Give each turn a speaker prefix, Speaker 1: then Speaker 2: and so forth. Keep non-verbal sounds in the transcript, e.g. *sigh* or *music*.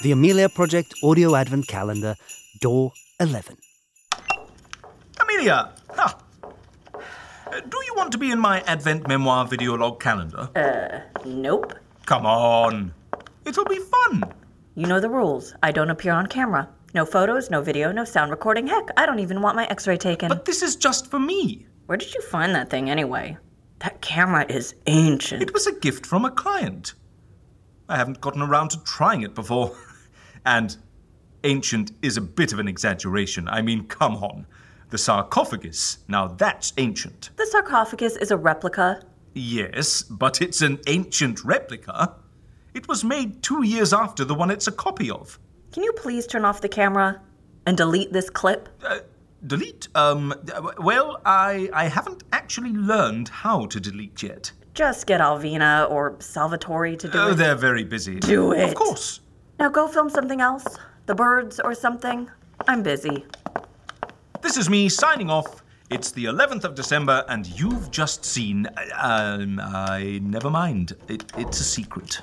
Speaker 1: The Amelia Project Audio Advent Calendar, Door 11.
Speaker 2: Amelia! Ah. Uh, Do you want to be in my Advent Memoir video log calendar?
Speaker 3: Nope.
Speaker 2: Come on! It'll be fun!
Speaker 3: You know the rules. I don't appear on camera. No photos, no video, no sound recording. Heck, I don't even want my x ray taken.
Speaker 2: But this is just for me.
Speaker 3: Where did you find that thing anyway? That camera is ancient.
Speaker 2: It was a gift from a client. I haven't gotten around to trying it before. *laughs* and ancient is a bit of an exaggeration. I mean, come on. The sarcophagus, now that's ancient.
Speaker 3: The sarcophagus is a replica.
Speaker 2: Yes, but it's an ancient replica. It was made two years after the one it's a copy of.
Speaker 3: Can you please turn off the camera and delete this clip?
Speaker 2: Delete? Um, well, I, I haven't actually learned how to delete yet.
Speaker 3: Just get Alvina or Salvatore to do
Speaker 2: Oh,
Speaker 3: it.
Speaker 2: they're very busy.
Speaker 3: Do
Speaker 2: Of
Speaker 3: it.
Speaker 2: course.
Speaker 3: Now go film something else. The birds or something. I'm busy.
Speaker 2: This is me signing off. It's the 11th of December, and you've just seen. Um, I. Never mind. It, it's a secret.